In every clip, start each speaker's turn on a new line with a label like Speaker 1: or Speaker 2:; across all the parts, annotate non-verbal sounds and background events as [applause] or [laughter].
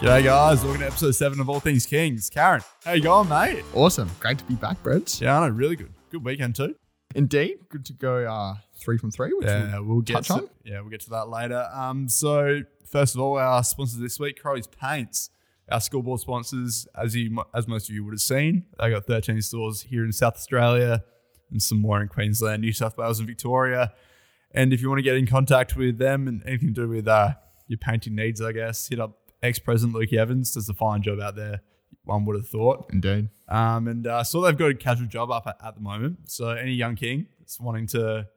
Speaker 1: G'day guys, welcome to episode seven of All Things Kings. Karen, how you going, mate?
Speaker 2: Awesome. Great to be back, Brent.
Speaker 1: Yeah, I know, really good. Good weekend too.
Speaker 2: Indeed. Good to go uh, three from three, which
Speaker 1: Yeah, we'll get
Speaker 2: touch
Speaker 1: to,
Speaker 2: on?
Speaker 1: yeah, we'll get to that later. Um, so first of all, our sponsors this week, Crowley's Paints. Our school board sponsors, as you mo- as most of you would have seen, they got 13 stores here in South Australia and some more in Queensland, New South Wales, and Victoria. And if you want to get in contact with them and anything to do with uh, your painting needs, I guess, hit up ex-president Lukey Evans. Does a fine job out there. One would have thought.
Speaker 2: Indeed.
Speaker 1: Um, and uh, so they've got a casual job up at, at the moment. So any young king that's wanting to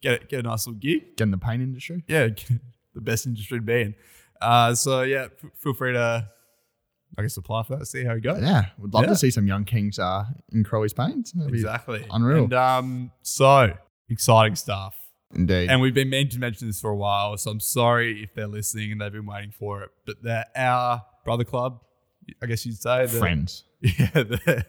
Speaker 1: get get a nice little gig,
Speaker 2: Get in the paint industry.
Speaker 1: yeah, [laughs] the best industry to be in. Uh, so yeah, f- feel free to, I guess, apply for that. See how it goes.
Speaker 2: Yeah. Would love
Speaker 1: Yeah.
Speaker 2: to see some young kings uh, in Crowley's paint. That'd be-
Speaker 1: exactly.
Speaker 2: unreal.
Speaker 1: And um, so exciting stuff.
Speaker 2: Indeed.
Speaker 1: And we've been meant to mention this for a while, so I'm sorry if they're listening and they've been waiting for it. But they're our brother club, I guess you'd say. the-
Speaker 2: Friends.
Speaker 1: Yeah, [laughs] the,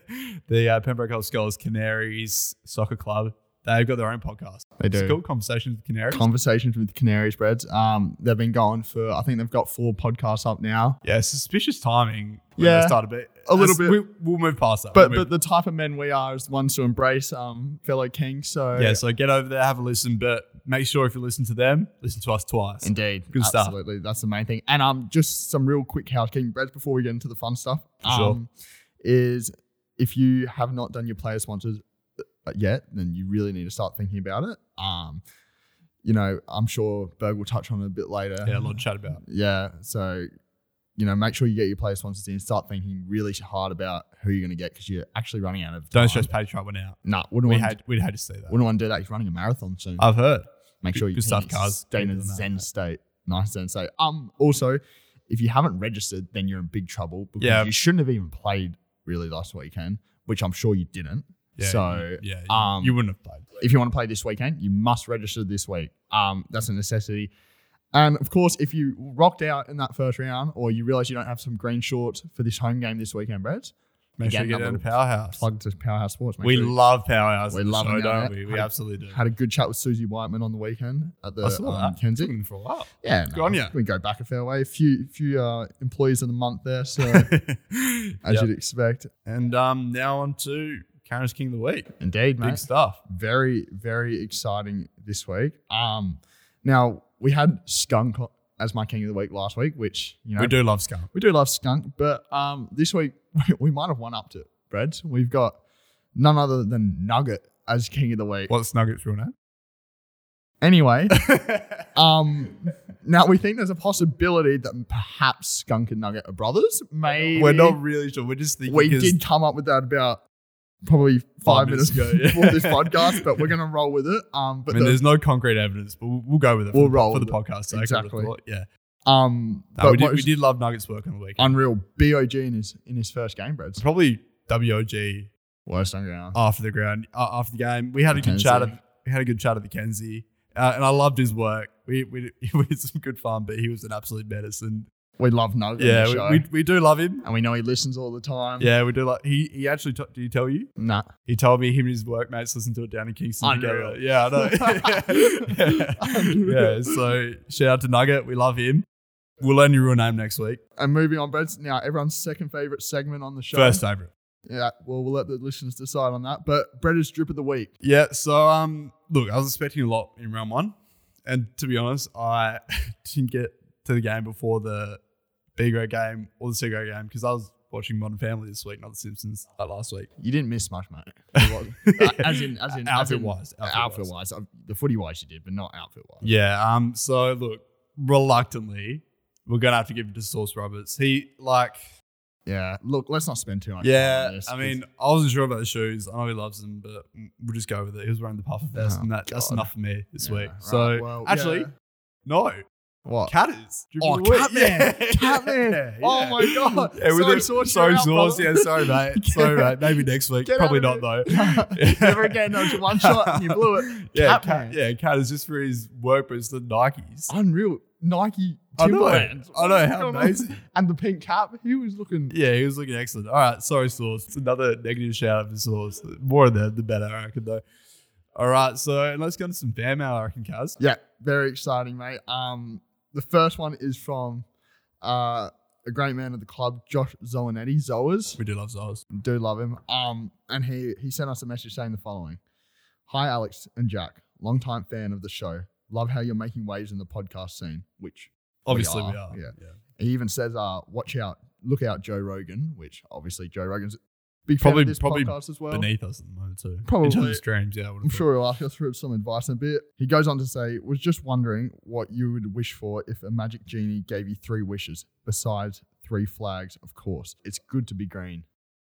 Speaker 1: the uh, Pembroke Hill Scholars Canaries Soccer Club. They've got their own podcast.
Speaker 2: They do.
Speaker 1: It's called Conversations with Canaries.
Speaker 2: Conversations with Canaries, Brent. Um, they've been going for, I think they've got four podcasts up now.
Speaker 1: yeah, suspicious timing. When
Speaker 2: Yeah,
Speaker 1: they started, but
Speaker 2: a little
Speaker 1: as-
Speaker 2: bit.
Speaker 1: We, we'll move past that.
Speaker 2: But
Speaker 1: We'll
Speaker 2: but the type of men we are is the ones to embrace um, fellow kings. So,
Speaker 1: move- yeah, so get over there, have a listen, but make sure if you listen to them, listen to us twice.
Speaker 2: Indeed.
Speaker 1: Good stuff.
Speaker 2: Absolutely. That's the main thing. And um, just some real quick housekeeping, Brad, before we get into the fun stuff.
Speaker 1: For sure.
Speaker 2: Um, Is if you have not done your player sponsors uh, yet, then you really need to start thinking about it. Um, you know, I'm sure Berg will touch on it a bit later.
Speaker 1: yeah, a lot to chat about.
Speaker 2: Yeah. So, you know, make sure you get your player sponsors in. Start thinking really hard about who you're going to get because you're actually running out of.
Speaker 1: Don't
Speaker 2: time.
Speaker 1: stress Patreon one out.
Speaker 2: Nah, wouldn't
Speaker 1: We
Speaker 2: want.
Speaker 1: had we'd had to see that.
Speaker 2: wouldn't want to do that. He's running a marathon soon
Speaker 1: I've heard.
Speaker 2: make
Speaker 1: Good-
Speaker 2: sure you
Speaker 1: good stuff,
Speaker 2: can
Speaker 1: cars.
Speaker 2: stay in
Speaker 1: Better
Speaker 2: a
Speaker 1: than that,
Speaker 2: zen
Speaker 1: mate.
Speaker 2: state. Nice zen state. Um, also, if you haven't registered, then you're in big trouble because
Speaker 1: Yeah.
Speaker 2: you shouldn't have even played really last weekend, which I'm sure you didn't.
Speaker 1: Yeah,
Speaker 2: so
Speaker 1: yeah, you,
Speaker 2: um,
Speaker 1: you wouldn't have played.
Speaker 2: if you want to play this weekend, you must register this week. Um, that's a necessity. And of course, if you rocked out in that first round or you realize you don't have some green shorts for this home game this weekend, Brad,
Speaker 1: Make sure
Speaker 2: Again,
Speaker 1: you get
Speaker 2: that
Speaker 1: down to
Speaker 2: little
Speaker 1: Powerhouse.
Speaker 2: plug to Powerhouse Sports. Make
Speaker 1: we
Speaker 2: sure you-
Speaker 1: love Powerhouse.
Speaker 2: We
Speaker 1: We love
Speaker 2: love
Speaker 1: show,
Speaker 2: them down
Speaker 1: don't
Speaker 2: there.
Speaker 1: we? We
Speaker 2: Had-
Speaker 1: absolutely do.
Speaker 2: had a good chat with Susie Whiteman on the weekend at the
Speaker 1: I saw
Speaker 2: um,
Speaker 1: that.
Speaker 2: Kenzie.
Speaker 1: Looking for a while.
Speaker 2: Yeah,
Speaker 1: Good on ya.
Speaker 2: We go back a fair way. A few few uh, employees in the month
Speaker 1: [laughs]
Speaker 2: there, so [laughs] as
Speaker 1: Yep.
Speaker 2: you'd expect.
Speaker 1: And um, now on to Karen's King of the Week.
Speaker 2: Indeed,
Speaker 1: Big stuff.
Speaker 2: Very very exciting this week. Um, now we had Skunk as my king of the week last week, which you know
Speaker 1: We do love Scum.
Speaker 2: we do love Skunk, but um, this week [laughs] we, we might have one up to it, Brad. We've got none other than Nugget as king of the week.
Speaker 1: What's Nugget's real
Speaker 2: [laughs]
Speaker 1: name? [laughs]
Speaker 2: Anyway, um, now we think there's a possibility that perhaps Skunk and Nugget are brothers. Maybe
Speaker 1: We're not really sure. We're just thinking.
Speaker 2: we
Speaker 1: 'cause-
Speaker 2: did come up with that about probably
Speaker 1: Five
Speaker 2: five
Speaker 1: minutes
Speaker 2: minutes
Speaker 1: ago,
Speaker 2: ago
Speaker 1: yeah.
Speaker 2: [laughs] before this
Speaker 1: [laughs]
Speaker 2: podcast, but we're gonna roll with it. Um,
Speaker 1: I
Speaker 2: but
Speaker 1: mean,
Speaker 2: the,
Speaker 1: there's no concrete evidence, but we'll, we'll go with it.
Speaker 2: We'll
Speaker 1: for,
Speaker 2: roll
Speaker 1: for the
Speaker 2: with it.
Speaker 1: podcast. sake, I would've
Speaker 2: Exactly.
Speaker 1: thought, Yeah.
Speaker 2: um,
Speaker 1: No,
Speaker 2: but
Speaker 1: we, did,
Speaker 2: what
Speaker 1: we
Speaker 2: was
Speaker 1: did love Nuggets work on the weekend.
Speaker 2: unreal. Bog in his in his first game, Brad.
Speaker 1: Probably WOG
Speaker 2: Worst underground.
Speaker 1: after the ground uh, after the game. We had a good
Speaker 2: Mackenzie.
Speaker 1: chat. At, we had a good chat at the Kenzie, uh, and I loved his work. We we, [laughs] we had some good fun, but he was an absolute medicine.
Speaker 2: We love Nugget. Yeah,
Speaker 1: Yeah,
Speaker 2: the
Speaker 1: we,
Speaker 2: show,
Speaker 1: we, we do love him.
Speaker 2: and we know he listens all the
Speaker 1: Um,
Speaker 2: time.
Speaker 1: Yeah, we do like he he actually t- did he tell you?
Speaker 2: Nah.
Speaker 1: He told me him and his workmates listened to it down in Kingston
Speaker 2: Unreal.
Speaker 1: together. Yeah, I
Speaker 2: [laughs]
Speaker 1: know. [laughs] yeah.
Speaker 2: Unreal.
Speaker 1: so shout out to Nugget. We love him. We'll learn your real name next week.
Speaker 2: And moving on, Brad. Now everyone's second favorite segment on the show.
Speaker 1: First favourite.
Speaker 2: Yeah. Well, we'll let the listeners decide on that. But Brett's drip of the week.
Speaker 1: Yeah, so um look, I was expecting a lot in round one. And to be honest, I [laughs] didn't get to the game before the B grade game or the C grade game because I was watching Modern Family this week, not The Simpsons like last week.
Speaker 2: You didn't miss much, mate.
Speaker 1: [laughs]
Speaker 2: Uh, as in, as in, as in-
Speaker 1: Outfit-wise,
Speaker 2: outfit wise, Uh, the footy wise, you did, but not outfit wise.
Speaker 1: Yeah. Um. So look, reluctantly, we're gonna have to give it to Source Roberts. He like,
Speaker 2: Yeah. Look, let's not spend too much. time on
Speaker 1: yeah.
Speaker 2: this
Speaker 1: I mean, I wasn't sure about the shoes. I know he loves them, but mm, we'll just go with it. He was wearing the puffer vest,
Speaker 2: Oh,
Speaker 1: and that, that's
Speaker 2: God.
Speaker 1: enough for me this
Speaker 2: Yeah,
Speaker 1: week.
Speaker 2: right,
Speaker 1: So
Speaker 2: well,
Speaker 1: actually,
Speaker 2: yeah.
Speaker 1: no, [laughs]
Speaker 2: what?
Speaker 1: cat is. Drip
Speaker 2: Oh,
Speaker 1: of the week.
Speaker 2: Catman. Catman. Oh my [laughs] God. Sorry,
Speaker 1: the-
Speaker 2: Source,
Speaker 1: Sorry,
Speaker 2: you're out,
Speaker 1: Source.
Speaker 2: brother.
Speaker 1: Yeah, sorry, [laughs] mate. Sorry, mate. Maybe next week.
Speaker 2: Get
Speaker 1: Probably
Speaker 2: out
Speaker 1: not
Speaker 2: of
Speaker 1: though. [laughs]
Speaker 2: it. [laughs] Never again. That was your one shot and you blew it.
Speaker 1: Yeah,
Speaker 2: Cat
Speaker 1: cat,
Speaker 2: man.
Speaker 1: yeah, cat is just for his work, but it's the Nikes.
Speaker 2: Unreal. Nike
Speaker 1: I know.
Speaker 2: Timberlands.
Speaker 1: I know, how
Speaker 2: Oh, Come on.
Speaker 1: amazing.
Speaker 2: And the pink cap. He was looking.
Speaker 1: Yeah, he was looking excellent. All right, sorry, Source. It's another negative shout out for Source. More of the, the better, I reckon, though. All right, so let's go into some fan mail, I reckon, Kaz.
Speaker 2: Yeah. Very exciting, mate. Um, the first one is from uh, a a great man of the club, Josh Zolinetti, Zoas.
Speaker 1: We do love Zoas.
Speaker 2: do love him. Um, and he he sent us a message saying the following: Hi, Alex and Jack, longtime fan of the show. Love how you're making waves in the podcast scene. Which
Speaker 1: Obviously, we
Speaker 2: are,
Speaker 1: are.
Speaker 2: yeah.
Speaker 1: yeah.
Speaker 2: he even says, uh, watch out, look out, Joe Rogan. Which obviously Joe Rogan's a big
Speaker 1: Probably-
Speaker 2: fan of this
Speaker 1: probably
Speaker 2: podcast as well.
Speaker 1: Beneath us at the moment, too.
Speaker 2: Probably.
Speaker 1: In terms of streams, yeah. I would
Speaker 2: I'm sure he'll ask us for some advice in a bit. He goes on to say, was just wondering what you would wish for if a magic genie gave you three wishes, besides three flags, of course. It's good to be green.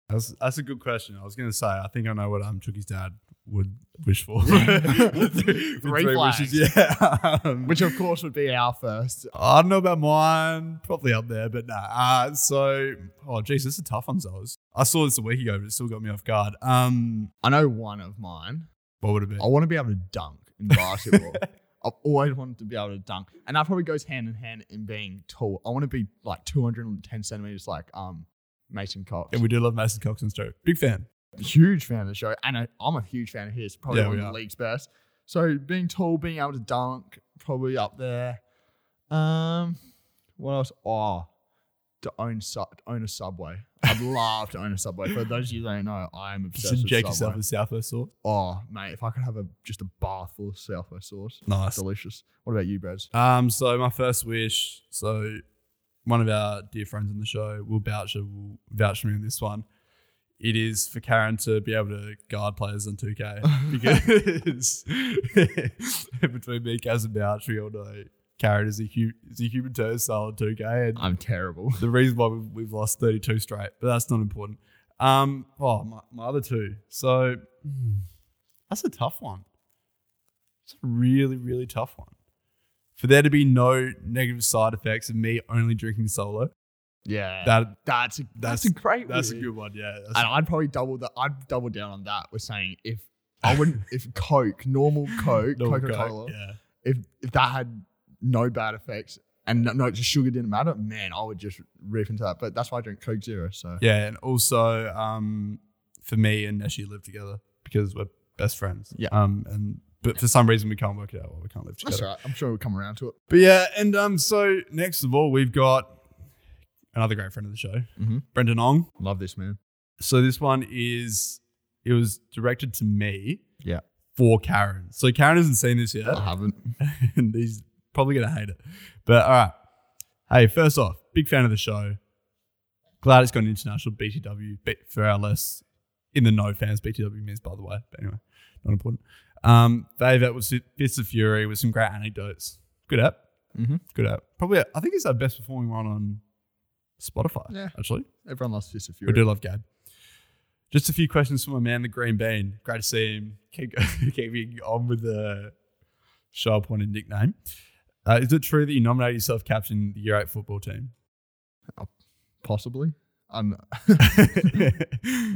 Speaker 1: That's, that's a good question. I was going to say, I think I know what um, Chucky's dad would wish for. [laughs]
Speaker 2: [laughs] Three flags.
Speaker 1: wishes, yeah. [laughs] Um,
Speaker 2: Which of course would be our first.
Speaker 1: I don't know about mine. Probably up there, but nah. Uh, so, oh, geez, this is a tough one, Zoes. I saw this a week ago, but it still got me off guard. Um,
Speaker 2: I know one of mine.
Speaker 1: What would it be?
Speaker 2: I want to be able to dunk in basketball.
Speaker 1: [laughs]
Speaker 2: I've always wanted to be able to dunk, and that probably goes hand in hand in being tall. I want to be like 210 centimeters, like um Mason Cox.
Speaker 1: And we do love Mason Cox and Stoke. Big fan.
Speaker 2: huge fan of the show, and I, I'm a huge fan of his. Probably
Speaker 1: Yeah,
Speaker 2: one
Speaker 1: we
Speaker 2: of the
Speaker 1: are.
Speaker 2: league's best. So being tall, being able to dunk, probably up there. Um, what else? Oh, to own su- to own a subway.
Speaker 1: [laughs]
Speaker 2: I'd love to own a subway. For those of you that don't know, I am
Speaker 1: Just
Speaker 2: obsessed with
Speaker 1: inject
Speaker 2: subway.
Speaker 1: yourself with Southwest sauce.
Speaker 2: Oh, mate, if I could have a just a bath full of Southwest sauce.
Speaker 1: Nice.
Speaker 2: delicious. What about you, Brad?
Speaker 1: Um, so my first wish, so one of our dear friends on the show, Will Boucher, will vouch for me on this one. It is for Karen to be able to guard players on
Speaker 2: [laughs]
Speaker 1: 2K because [laughs] between me, Kaz, and Bouch, we all know Karen is a, hu- is a human turnstile on 2K. And
Speaker 2: I'm terrible.
Speaker 1: the reason why we've, we've lost 32 straight, but that's not important. Um, oh, my, my other two. So hmm, that's a tough one. It's a really, really tough one. For there to be no negative side effects of me only drinking solo,
Speaker 2: [laughs] Yeah,
Speaker 1: that
Speaker 2: that's a, that's, a great.
Speaker 1: that's a
Speaker 2: win.
Speaker 1: good one. Yeah, that's-
Speaker 2: And I'd probably double that. I'd double down on that with saying if I [laughs] wouldn't, if Coke, [laughs] normal Coke,
Speaker 1: no,
Speaker 2: Coca Cola,
Speaker 1: Coke, Yeah,
Speaker 2: if if that had no bad effects and no, no just sugar didn't matter, man, I would just rip into that. But that's why I drink Coke Zero. So
Speaker 1: yeah, and also um, for me and Neshi live together because we're best friends.
Speaker 2: Yeah.
Speaker 1: um, and but for some reason we can't work it out. Why we can't live together.
Speaker 2: that's all right. I'm sure we'll come around to it.
Speaker 1: But yeah, and um, so next of all, we've got another great friend of the show,
Speaker 2: Mhm.
Speaker 1: Brendan Ong.
Speaker 2: Love this man.
Speaker 1: So this one is it was directed to me.
Speaker 2: Yeah.
Speaker 1: For Karen. So Karen hasn't seen this yet,
Speaker 2: I haven't.
Speaker 1: [laughs] and he's probably gonna hate it. But all right. Hey, first off, big fan of the show. Glad it's got an international BTW but for our less in the no fans. BTW means, by the way. But anyway, not important. Um, they that was Fist of Fury with some great anecdotes. Good app.
Speaker 2: Mhm.
Speaker 1: Good app. Probably, I think it's our best performing one on Spotify.
Speaker 2: Yeah.
Speaker 1: actually,
Speaker 2: Everyone loves Fist of
Speaker 1: we
Speaker 2: Fury.
Speaker 1: do love Gab. Just a few questions for my man, the Green Bean. Great to see him. [laughs] Keep keeping on with the sharp pointed nickname. Uh, is it true that you nominated yourself captain the year eight football
Speaker 2: [laughs]
Speaker 1: team? [laughs]
Speaker 2: Possibly. [laughs] Um,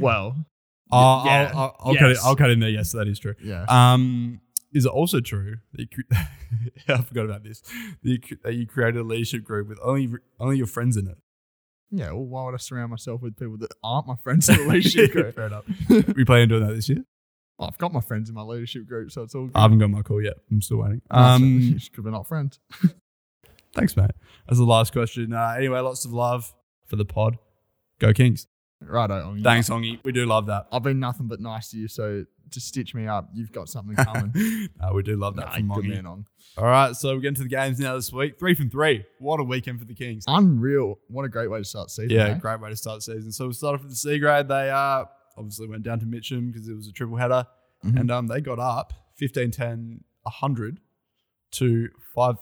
Speaker 1: well,
Speaker 2: well,
Speaker 1: I'll,
Speaker 2: yeah,
Speaker 1: I'll, I'll, I'll cut it,
Speaker 2: yes.
Speaker 1: I'll cut in there. Yes, that is true.
Speaker 2: yeah.
Speaker 1: Um, is it also true that you, cre- [laughs] I forgot about this that you, cre- that you created a leadership group with only only your friends in it?
Speaker 2: Yeah, well, why would I surround myself with people that aren't my friends [laughs] in
Speaker 1: [laughs]
Speaker 2: the leadership group?
Speaker 1: Fair enough. we plan on doing that this year.
Speaker 2: Well, I've got my friends in my leadership group, so it's all good.
Speaker 1: I haven't got my call yet. I'm still waiting.
Speaker 2: um,
Speaker 1: Uh, Um,
Speaker 2: because we're not friends.
Speaker 1: thanks, mate. That's the last question. Uh, anyway, lots of love for the pod. Go Kings.
Speaker 2: Righto, Ongi.
Speaker 1: Thanks, Hongi. We do love [laughs] that.
Speaker 2: I've been nothing but nice to you, so to stitch me up, you've
Speaker 1: [laughs]
Speaker 2: got something coming.
Speaker 1: Uh, we do love that
Speaker 2: Nah,
Speaker 1: from
Speaker 2: good
Speaker 1: Hongi.
Speaker 2: man, Ong.
Speaker 1: All right, so we're getting to the games now this week. Three from three. What a weekend for the Kings.
Speaker 2: Unreal. What a great way to start the season.
Speaker 1: Yeah,
Speaker 2: eh?
Speaker 1: great way to start the season. So we started off with the C grade. They uh, obviously went down to Mitcham because it was a triple header.
Speaker 2: Mhm.
Speaker 1: And um, they got up 15 10 100 to 5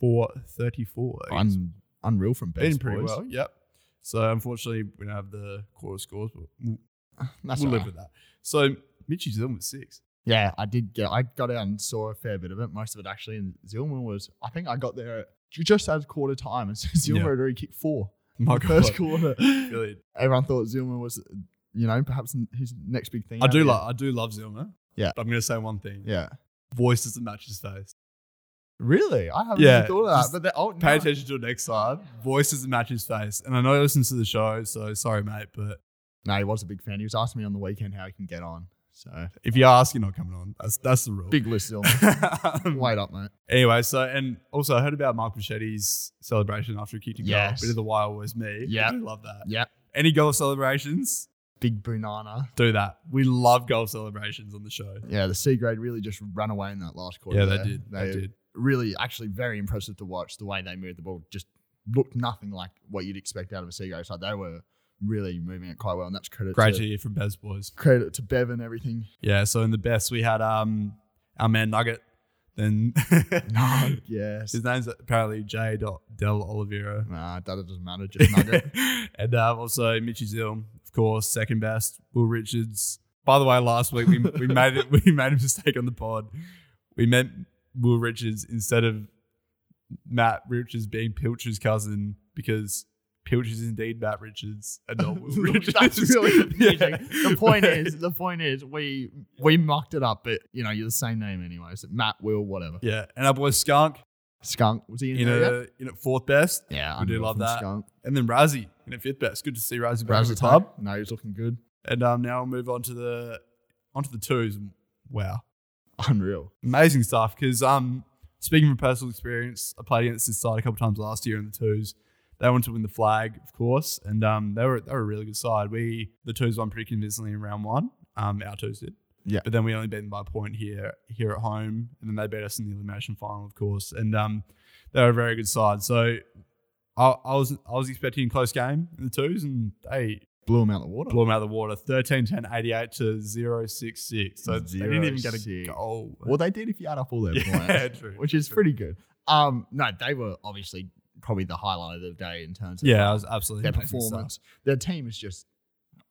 Speaker 1: 4 34.
Speaker 2: Un- unreal from best
Speaker 1: Been pretty
Speaker 2: boys.
Speaker 1: well, yep. So unfortunately, we don't have the quarter scores, but we'll,
Speaker 2: [sighs] That's
Speaker 1: we'll
Speaker 2: all
Speaker 1: live
Speaker 2: right.
Speaker 1: with that. So Mitchy's in with six.
Speaker 2: Yeah, I did get. I got out and saw a fair bit of it. Most of it actually. And Zilman was. I think I got there. at- Just at quarter time, and [laughs] Zilman
Speaker 1: Yeah.
Speaker 2: had already kicked four.
Speaker 1: [laughs] My
Speaker 2: First quarter.
Speaker 1: Really.
Speaker 2: everyone thought Zilman was, you know, perhaps n- his next big thing.
Speaker 1: I
Speaker 2: out
Speaker 1: do
Speaker 2: there.
Speaker 1: love I do love Zilmer.
Speaker 2: Yeah.
Speaker 1: But I'm gonna say one thing.
Speaker 2: Yeah.
Speaker 1: Voice doesn't match his face.
Speaker 2: Really? I haven't
Speaker 1: Yeah,
Speaker 2: even thought of that.
Speaker 1: just
Speaker 2: But the oh,
Speaker 1: Pay
Speaker 2: no.
Speaker 1: attention to it next time. Voice doesn't match his face. And I know he listens to the show, so sorry, mate, but
Speaker 2: No, he was a big fan. He was asking me on the weekend how he can get on. So
Speaker 1: If you ask, you're not coming on. That's that's the rule. [laughs]
Speaker 2: big list still. [laughs]
Speaker 1: Um,
Speaker 2: Wait up, mate.
Speaker 1: Anyway, so and also I heard about Mark Michetti's celebration after he kicked a
Speaker 2: Yes.
Speaker 1: goal. Bit of the wild was me.
Speaker 2: Yeah.
Speaker 1: we love that.
Speaker 2: Yep.
Speaker 1: Any goal celebrations?
Speaker 2: Big banana.
Speaker 1: Do that. We love goal celebrations on the show.
Speaker 2: Yeah, the C grade really just ran away in that last quarter.
Speaker 1: Yeah,
Speaker 2: there.
Speaker 1: they did. They,
Speaker 2: They
Speaker 1: did.
Speaker 2: Really, actually, very impressive to watch the way they moved the ball. Just looked nothing like what you'd expect out of a C grade side. They were really moving it quite well, and that's credit
Speaker 1: Great
Speaker 2: to
Speaker 1: to hear from Bez boys.
Speaker 2: credit to Bev and
Speaker 1: [laughs]
Speaker 2: everything.
Speaker 1: Yeah. So in the best we had um our man Nugget. Then [laughs]
Speaker 2: No, yes.
Speaker 1: his name's apparently J. Dot Del Oliveira.
Speaker 2: Nah, that doesn't
Speaker 1: [laughs]
Speaker 2: matter. Just nugget. [laughs]
Speaker 1: and uh, also Mitchy Zill, of course, second best. Will Richards. By the way, last week we, we made it. [laughs] We made a mistake on the pod. We meant Will Richards instead of Matt Richards being Pilcher's cousin because Pilcher's indeed Matt Richards and
Speaker 2: [laughs]
Speaker 1: not Will Richards.
Speaker 2: That's really confusing.
Speaker 1: [laughs] Yeah.
Speaker 2: The point is, the point is, we we mucked it up, but you know, you're the same name anyway. So Matt, Will, whatever.
Speaker 1: Yeah, and our boy Skunk
Speaker 2: Skunk was he in
Speaker 1: in
Speaker 2: there? yet?
Speaker 1: a in at fourth best,
Speaker 2: yeah,
Speaker 1: we do
Speaker 2: unreal
Speaker 1: love
Speaker 2: from
Speaker 1: that.
Speaker 2: Skunk.
Speaker 1: and then Razzie in at fifth best. Good to see Razzie back at the
Speaker 2: Brazzle
Speaker 1: club.
Speaker 2: Tub. No, he's looking good. [laughs]
Speaker 1: And um, now we'll move on to the onto the twos. Wow,
Speaker 2: Unreal.
Speaker 1: amazing stuff. Because um, speaking from personal experience, I played against this side a couple times last year in the twos. They wanted to win the flag, of course, and um, they were they were a really good side. We the twos won pretty convincingly in round one. Um, our twos did.
Speaker 2: Yeah.
Speaker 1: But then we only beat them by a point here here at home, and then they beat us in the elimination final, of course. And um, they were a very good side. So. I, I was I was expecting a close game in the twos, and they
Speaker 2: Blew him out the water.
Speaker 1: blew them out of the water 13 10 88 to 0 6 6. So they didn't even get a
Speaker 2: 0-6.
Speaker 1: goal.
Speaker 2: Well, they did if you add up all their
Speaker 1: yeah, [laughs]
Speaker 2: points,
Speaker 1: true.
Speaker 2: which is pretty good. Um, no, they were obviously probably the highlight of the day in terms of
Speaker 1: Yeah, I was absolutely
Speaker 2: their
Speaker 1: amazing stuff.
Speaker 2: performance. Their team is just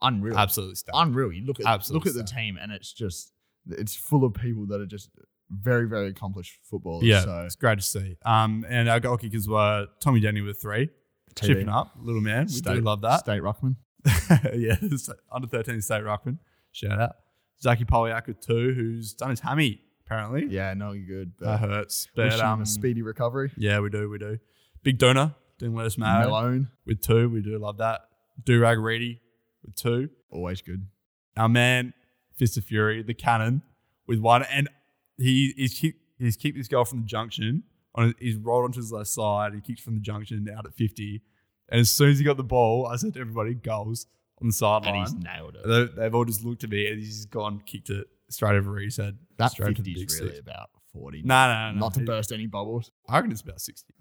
Speaker 2: unreal.
Speaker 1: Absolutely stuff.
Speaker 2: unreal. You look at
Speaker 1: Absolute
Speaker 2: look at the
Speaker 1: stuff.
Speaker 2: team, and it's just it's full of people that are just very very accomplished footballers.
Speaker 1: Yeah,
Speaker 2: so
Speaker 1: it's great to see. Um, and our goal kickers were Tommy Denny with three,
Speaker 2: TV.
Speaker 1: chipping up, little man. We do love that.
Speaker 2: State Ruckman.
Speaker 1: [laughs] yeah, it's under 13 state ruckman. Shout out. Zaki Poliak with two, who's done his hammy, apparently.
Speaker 2: Yeah, no, you're good. But
Speaker 1: That hurts.
Speaker 2: wishing
Speaker 1: But
Speaker 2: him
Speaker 1: um,
Speaker 2: a speedy recovery.
Speaker 1: yeah, we do, we do. Big donor, didn't let us know.
Speaker 2: Malone,
Speaker 1: With two, we do love that. Durag Reedy with two.
Speaker 2: always good.
Speaker 1: our man Fist of Fury, the cannon, with one, and he he's kick, he's kicked this goal from the junction. On he's rolled onto his left side. He kicked from the junction out at fifty, and as soon as he got the ball, I said to everybody, "Goals on the sideline."
Speaker 2: nailed
Speaker 1: They, they've all just looked at me, and he's just gone, kicked it straight over his head,
Speaker 2: That
Speaker 1: straight
Speaker 2: 50
Speaker 1: big
Speaker 2: is really
Speaker 1: six.
Speaker 2: about 40.
Speaker 1: No, no, no,
Speaker 2: Not to
Speaker 1: It-
Speaker 2: burst any bubbles.
Speaker 1: I reckon it's about
Speaker 2: [laughs]
Speaker 1: sixty.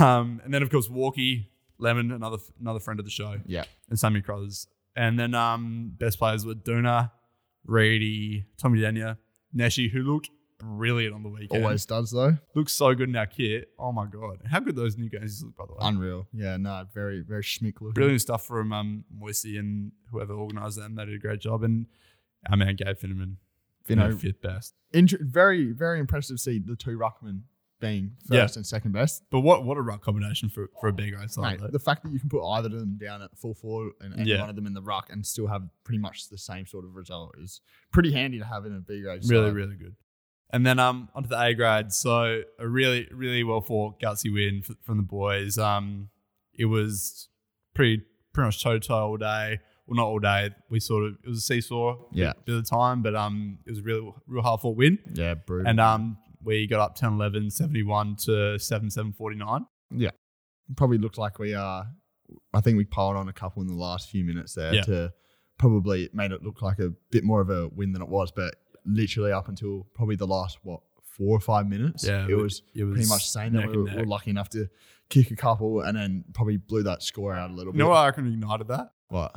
Speaker 1: um, and then of course Walkie Lemon, another another friend of the show
Speaker 2: Yeah.
Speaker 1: and Sammy Crothers. And then um, best players were Duna, Reedy, Tommy Denya, Neshi, who looked brilliant on the weekend.
Speaker 2: Always does, though.
Speaker 1: looks so good in our kit. Oh my god, how good those new guys look by the way.
Speaker 2: Unreal. Yeah, no, very, very schmick looking.
Speaker 1: brilliant stuff from um, Moisey and whoever organised them. They did a great job. And our man Gabe Finneman,
Speaker 2: You know,
Speaker 1: fifth best.
Speaker 2: inter- very, very impressive to see the two Ruckman being first and second best.
Speaker 1: But what what a ruck combination for for a big guys
Speaker 2: Mate,
Speaker 1: like that.
Speaker 2: the fact that you can put either of them down at full forward and, and
Speaker 1: Yeah.
Speaker 2: one of them in the ruck and still have pretty much the same sort of result is pretty handy to have in a B grade.
Speaker 1: Really,
Speaker 2: side.
Speaker 1: really good. And then um onto the A grade. So a really, really well fought gutsy win f- from the boys. Um, it was pretty pretty much toe to toe all day. Well, not all day. We sort of it was a seesaw.
Speaker 2: Yeah.
Speaker 1: Bit of the time, but um, it was a real, real hard fought win.
Speaker 2: Yeah, brutal.
Speaker 1: And um, we got up 10 11, 71 to 7 7 49.
Speaker 2: probably looked like we Uh, I think we piled on a couple in the last few minutes there
Speaker 1: Yeah.
Speaker 2: to probably it made it look like a bit more of a win than it was, but literally up until probably the last what four or five minutes,
Speaker 1: Yeah,
Speaker 2: it was
Speaker 1: It was
Speaker 2: pretty much saying that
Speaker 1: neck
Speaker 2: we
Speaker 1: and
Speaker 2: were, were
Speaker 1: neck.
Speaker 2: lucky enough to kick a couple and then probably blew that score out a little
Speaker 1: You
Speaker 2: bit.
Speaker 1: know what I reckon ignited that?
Speaker 2: What?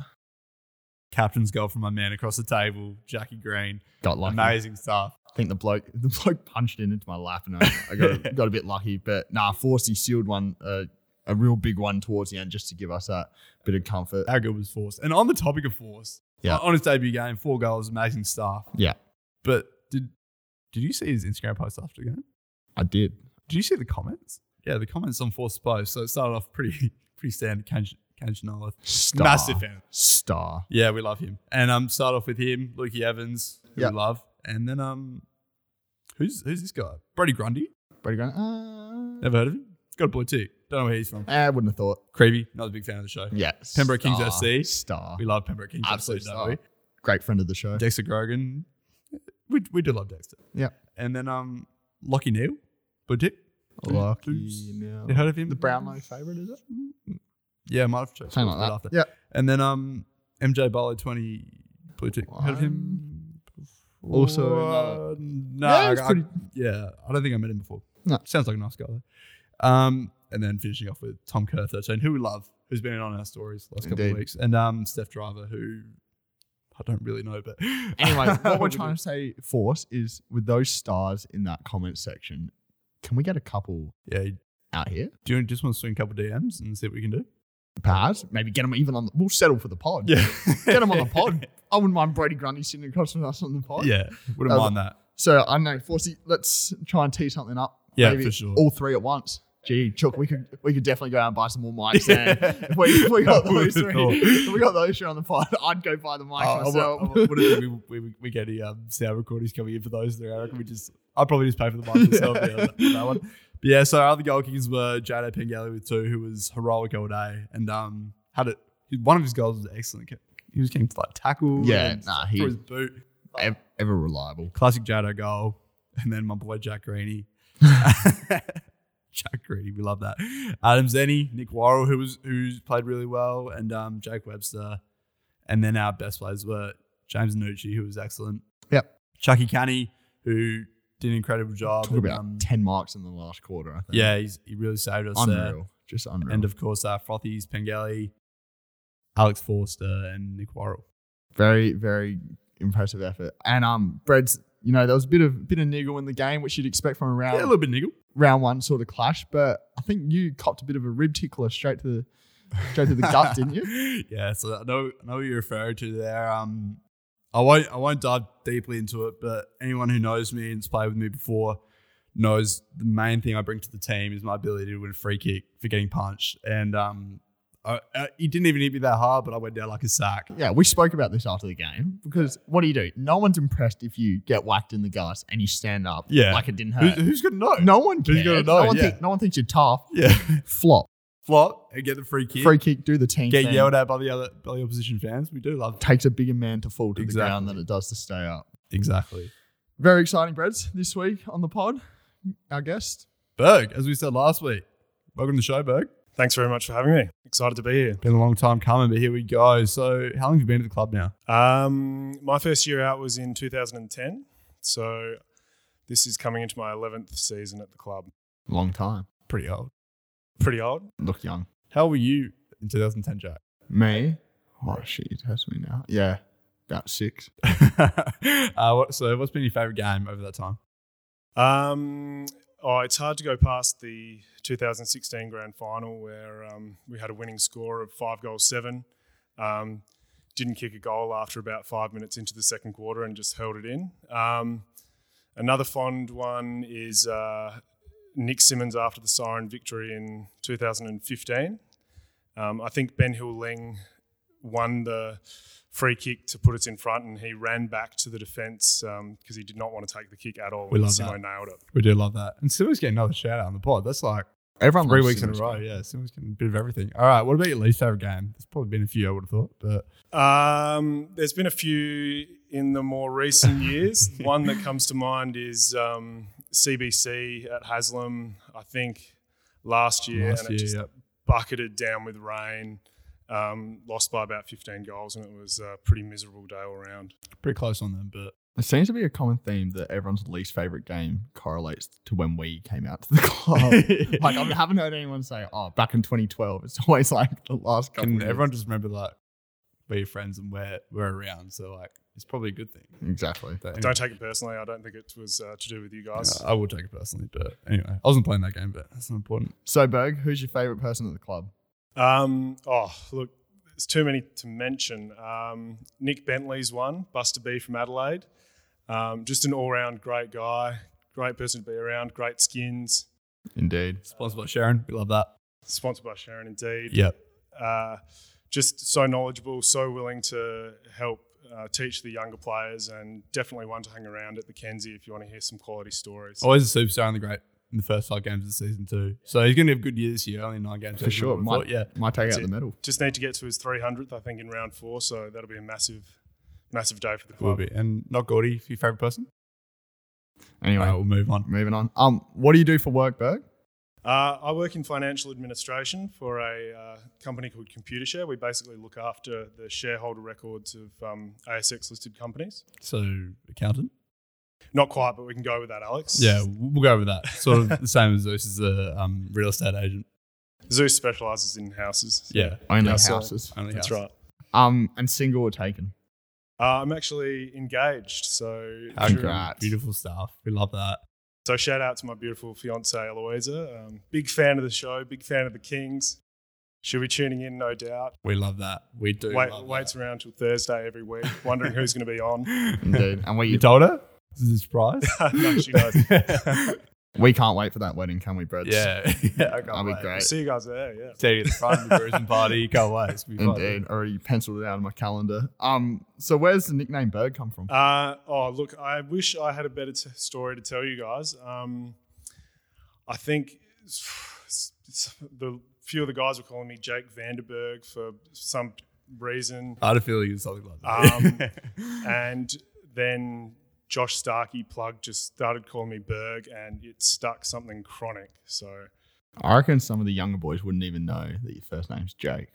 Speaker 1: Captain's goal from my man across the table, Jackie Green.
Speaker 2: Got lucky.
Speaker 1: Amazing stuff.
Speaker 2: I think the bloke [laughs] the bloke punched in into my lap and I, I
Speaker 1: [laughs]
Speaker 2: got, got a bit lucky. But nah, Forsey sealed one, uh, a real big one towards the end just to give us that bit of comfort.
Speaker 1: How good was Force? And on the topic of Force,
Speaker 2: Yeah.
Speaker 1: on his debut game, four goals, amazing stuff.
Speaker 2: Yeah.
Speaker 1: But did did you see his Instagram post after the game?
Speaker 2: I did.
Speaker 1: Did you see the comments? Yeah, the comments on Force's post. So it started off pretty [laughs] pretty standard. Cage North,
Speaker 2: Star.
Speaker 1: massive fan.
Speaker 2: Star.
Speaker 1: Yeah, we love him. And um, start off with him, Lukey Evans, who
Speaker 2: Yeah.
Speaker 1: we love, and then um, who's who's this guy? Brody Grundy.
Speaker 2: Brady Grant. Uh,
Speaker 1: Never heard of him? He's got a blue tick. Don't know where he's from.
Speaker 2: I Ah, wouldn't have thought.
Speaker 1: Creepy. Not a big fan of the show.
Speaker 2: Yeah.
Speaker 1: Pembroke Kings
Speaker 2: star,
Speaker 1: FC.
Speaker 2: Star.
Speaker 1: We love Pembroke Kings.
Speaker 2: Absolute
Speaker 1: Absolutely, don't
Speaker 2: star.
Speaker 1: we?
Speaker 2: great friend of the show.
Speaker 1: Dexter Grogan. We, we do love Dexter.
Speaker 2: Yeah.
Speaker 1: And then um, Lockie Neal, Boutique.
Speaker 2: Lucky now.
Speaker 1: You heard of him?
Speaker 2: The Brownlow favorite is it?
Speaker 1: Yeah, might have checked.
Speaker 2: Something
Speaker 1: it
Speaker 2: like
Speaker 1: after.
Speaker 2: that. Yeah.
Speaker 1: And then um, MJ Barlow 20 Blue Tick. Heard of him?
Speaker 2: Also
Speaker 1: Uh, no,
Speaker 2: Yeah,
Speaker 1: I- I-
Speaker 2: he's
Speaker 1: yeah, I,
Speaker 2: pretty-
Speaker 1: don't think I met him before.
Speaker 2: No.
Speaker 1: Sounds like a nice guy. Though. Um, and then finishing off with Tom Kerr 13, who we love, who's been on our stories the last couple of
Speaker 2: Indeed.
Speaker 1: weeks, and um, Steph Driver, who I don't really know, but
Speaker 2: Anyway,
Speaker 1: [laughs]
Speaker 2: what we're trying to say for us is with those stars in that comment section, can we get a couple
Speaker 1: yeah, do
Speaker 2: out here?
Speaker 1: you just want to swing a couple DMs and see what we can do?
Speaker 2: Perhaps maybe get them even on. The, we'll settle for the pod.
Speaker 1: Yeah,
Speaker 2: [laughs] Get them on
Speaker 1: [laughs]
Speaker 2: the pod. I wouldn't mind Brody Grundy sitting across from us on the pod.
Speaker 1: yeah, wouldn't
Speaker 2: Uh,
Speaker 1: mind that.
Speaker 2: So I don't know, Forsy, let's try and tee something up.
Speaker 1: Yeah,
Speaker 2: Maybe
Speaker 1: for sure.
Speaker 2: All three at once. Gee, Chuck, we could we could definitely go out and buy some
Speaker 1: [laughs]
Speaker 2: more mics. then. If we, if we got
Speaker 1: I would've
Speaker 2: those three.
Speaker 1: thought.
Speaker 2: if we got those three on the pod. [laughs] I'd go buy the mics
Speaker 1: Oh, I wa-
Speaker 2: myself.
Speaker 1: I wa-
Speaker 2: [laughs]
Speaker 1: what if we, we, we- we get any um, sound recordings coming in for those three? I reckon we just, I'd probably just pay for the mic myself. yeah, that, that one. But yeah, so our other goal kickers were Jado Pengali with two, who was heroic all day and um had it. One of his goals was excellent. He was getting like tackle.
Speaker 2: Yeah,
Speaker 1: and
Speaker 2: nah,
Speaker 1: through
Speaker 2: he-
Speaker 1: his boot.
Speaker 2: ever, ever reliable.
Speaker 1: Classic Jado goal, and then my boy Jack
Speaker 2: [laughs]
Speaker 1: Greeny. Jack Greeny, we love that. Adam Zenny, Nick Worrell, who was who's played really well, and um, Jake Webster. And then our best players were James Nucci, who was excellent.
Speaker 2: Yep.
Speaker 1: Chucky Canny, who did an incredible job.
Speaker 2: Talk about
Speaker 1: um,
Speaker 2: ten marks in the last quarter. I think.
Speaker 1: yeah, uh, he's, he really saved us there.
Speaker 2: unreal, just unreal.
Speaker 1: And of course, our frothies, Pengelly, Alex Forster, and Nick Worrell.
Speaker 2: very very impressive effort. And um, Bred's. You know, there was a bit of bit of niggle in the game, which you'd expect from a round
Speaker 1: Yeah, a little bit niggle.
Speaker 2: round one sort of clash. But I think you copped a bit of a rib tickler straight to the straight to the
Speaker 1: [laughs]
Speaker 2: gut, didn't you?
Speaker 1: yeah, so I know I know what you're referring to there. Um, I won't I won't dive deeply into it, but anyone who knows me and's played with me before knows the main thing I bring to the team is my ability to win a free kick for getting punched. And um, I, I, he didn't even hit me that hard, but I went down like a sack.
Speaker 2: Yeah, we spoke about this after the game because what do you do? No one's impressed if you get whacked in the gut and you stand up
Speaker 1: Yeah.
Speaker 2: like it didn't
Speaker 1: Who's,
Speaker 2: hurt.
Speaker 1: who's gonna know?
Speaker 2: no one
Speaker 1: who's
Speaker 2: cares.
Speaker 1: gonna know,
Speaker 2: no, one
Speaker 1: yeah.
Speaker 2: think, no one thinks you're tough.
Speaker 1: Yeah, [laughs]
Speaker 2: Flop.
Speaker 1: flop and get the free kick.
Speaker 2: Free kick, do the team.
Speaker 1: get
Speaker 2: thing.
Speaker 1: yelled at by the other by the opposition fans. We do love
Speaker 2: Takes a bigger man to fall to
Speaker 1: Exactly.
Speaker 2: the ground than it does to stay up.
Speaker 1: exactly.
Speaker 2: Very exciting, Breds, this week on the pod. Our guest.
Speaker 1: Berg, as we said last week, welcome to the show, Berg.
Speaker 3: Thanks very much for having me. Excited to be here.
Speaker 1: Been a long time coming, but here we go. So, how long have you been at the club now?
Speaker 3: Um, my first year out was in 2010, so this is coming into my 11th season at the club.
Speaker 2: Long time.
Speaker 1: Pretty old.
Speaker 3: Pretty old.
Speaker 2: Look young.
Speaker 1: How were you in 2010, Jack?
Speaker 2: Me? Oh, shit, you test me now. Yeah, about six.
Speaker 1: uh, what, so, what's been your favourite game over that time?
Speaker 3: Um, oh, it's hard to go past the 2016 grand final where um, we had a winning score of five goals seven. Um, didn't kick a goal after about five minutes into the second quarter and just held it in. Um, another fond one is uh, Nick Simmons after the siren victory in 2015. Um, I think Ben Hill Ling won the free kick to put us in front, and he ran back to the defence because he did not want to take the kick at all.
Speaker 1: We love
Speaker 3: Simo
Speaker 1: that.
Speaker 3: nailed it.
Speaker 1: We do love that. And Simo's getting another shout out on the pod. That's like
Speaker 2: Everyone
Speaker 1: three
Speaker 2: loves
Speaker 1: weeks in a
Speaker 2: Oh,
Speaker 1: row.
Speaker 2: Simmons.
Speaker 1: Yeah, Simo's getting a bit of everything. All right, what about your least favourite game? There's probably been a few, I would have thought, but
Speaker 3: Um, there's been a few in the more
Speaker 1: [laughs]
Speaker 3: recent years. One that comes to mind is um, CBC at Haslam. I think last year,
Speaker 1: last
Speaker 3: and
Speaker 1: year,
Speaker 3: it just
Speaker 1: yeah.
Speaker 3: bucketed down with rain. Um, lost by about 15 goals, and it was a pretty miserable day all around.
Speaker 1: pretty close on them, but
Speaker 2: It seems to be a common theme that everyone's least favorite game correlates to when we came out to the [laughs] club. like I haven't heard anyone say, "Oh, back in 2012." It's [laughs] always like the last couple.
Speaker 1: can
Speaker 2: of years.
Speaker 1: everyone just remember like we're your friends and we're, we're around? So, like, it's probably a good thing.
Speaker 2: exactly.
Speaker 1: But
Speaker 3: Don't take it personally. I don't think it was uh, to do with you guys.
Speaker 1: I will take it personally, but anyway, I wasn't playing that game, but that's not important.
Speaker 2: So Berg, who's your favorite person at the club?
Speaker 3: Um, oh, look, there's too many to mention. Um, Nick Bentley's one, Buster B from Adelaide. Um, just an all round great guy, great person to be around, great skins.
Speaker 2: Indeed.
Speaker 1: Sponsored by Sharon, we love that.
Speaker 3: Sponsored by Sharon, indeed.
Speaker 1: Yep.
Speaker 3: Uh, just so knowledgeable, so willing to help uh, teach the younger players, and definitely one to hang around at the Kenzie if you want to hear some quality stories.
Speaker 1: Always a superstar in the great in the first five games of the season too. So he's going to have a good year this year. Only nine games
Speaker 2: For sure.
Speaker 1: Might,
Speaker 2: Might,
Speaker 1: yeah,
Speaker 2: might take
Speaker 3: That's
Speaker 2: out
Speaker 3: it.
Speaker 2: the medal.
Speaker 3: Just need to get to his 300th, I think, in round four, so that'll be a massive, massive day for the
Speaker 1: Will
Speaker 3: club.
Speaker 1: be. And not Gordy, your favorite person.
Speaker 2: Anyway,
Speaker 1: All right,
Speaker 2: Oh.
Speaker 1: we'll move on.
Speaker 2: moving on. Um, what do you do for work, Berg?
Speaker 3: Uh, I work in financial administration for a uh, company called ComputerShare. We basically look after the shareholder records of um, ASX listed companies.
Speaker 1: So accountant.
Speaker 3: Not quite, but we can go with that, Alex.
Speaker 1: Yeah, we'll go with that. Sort of the same as this is a um, real estate agent.
Speaker 3: Zeus specialises in houses.
Speaker 1: Yeah,
Speaker 2: Only
Speaker 3: Yeah, so-
Speaker 2: houses.
Speaker 1: only
Speaker 3: that's
Speaker 1: house.
Speaker 3: right.
Speaker 2: Um, and single or taken?
Speaker 3: Uh, I'm actually engaged, so
Speaker 1: How
Speaker 3: during-
Speaker 2: Congrats.
Speaker 1: Beautiful stuff. We love that.
Speaker 3: So shout out to my beautiful fiancee Eloisa. Um, big fan of the show. Big fan of the Kings. She'll be tuning in, no doubt.
Speaker 1: We love that. We do.
Speaker 3: Wait,
Speaker 1: love
Speaker 3: waits
Speaker 1: that.
Speaker 3: around till Thursday
Speaker 1: [laughs]
Speaker 3: every week, wondering who's going to be on. [laughs]
Speaker 2: Indeed. And we
Speaker 1: You told her? This is a surprise.
Speaker 3: No, she knows.
Speaker 1: [laughs]
Speaker 2: we can't wait for that wedding, can we, Brett?
Speaker 1: yeah, [laughs] yeah. I can't
Speaker 2: That'll be
Speaker 1: wait.
Speaker 2: great.
Speaker 3: See you guys there. Yeah.
Speaker 1: Teddy at the front of the cruising party. Can't wait. It's gonna be fun.
Speaker 2: Indeed. Already penciled it out on my calendar. Um, so where's the nickname Berg come from?
Speaker 3: Uh, oh, look, I wish I had a better t- story to tell you guys. Um, I think s- s- the few of the guys were calling me Jake Vanderberg for some reason,
Speaker 1: I had a feeling it was something like
Speaker 3: um,
Speaker 1: that.
Speaker 3: and then Josh Starkey plug just started calling me Berg, and it stuck something chronic. So
Speaker 2: I reckon some of the younger boys wouldn't even know that your first name's Jake,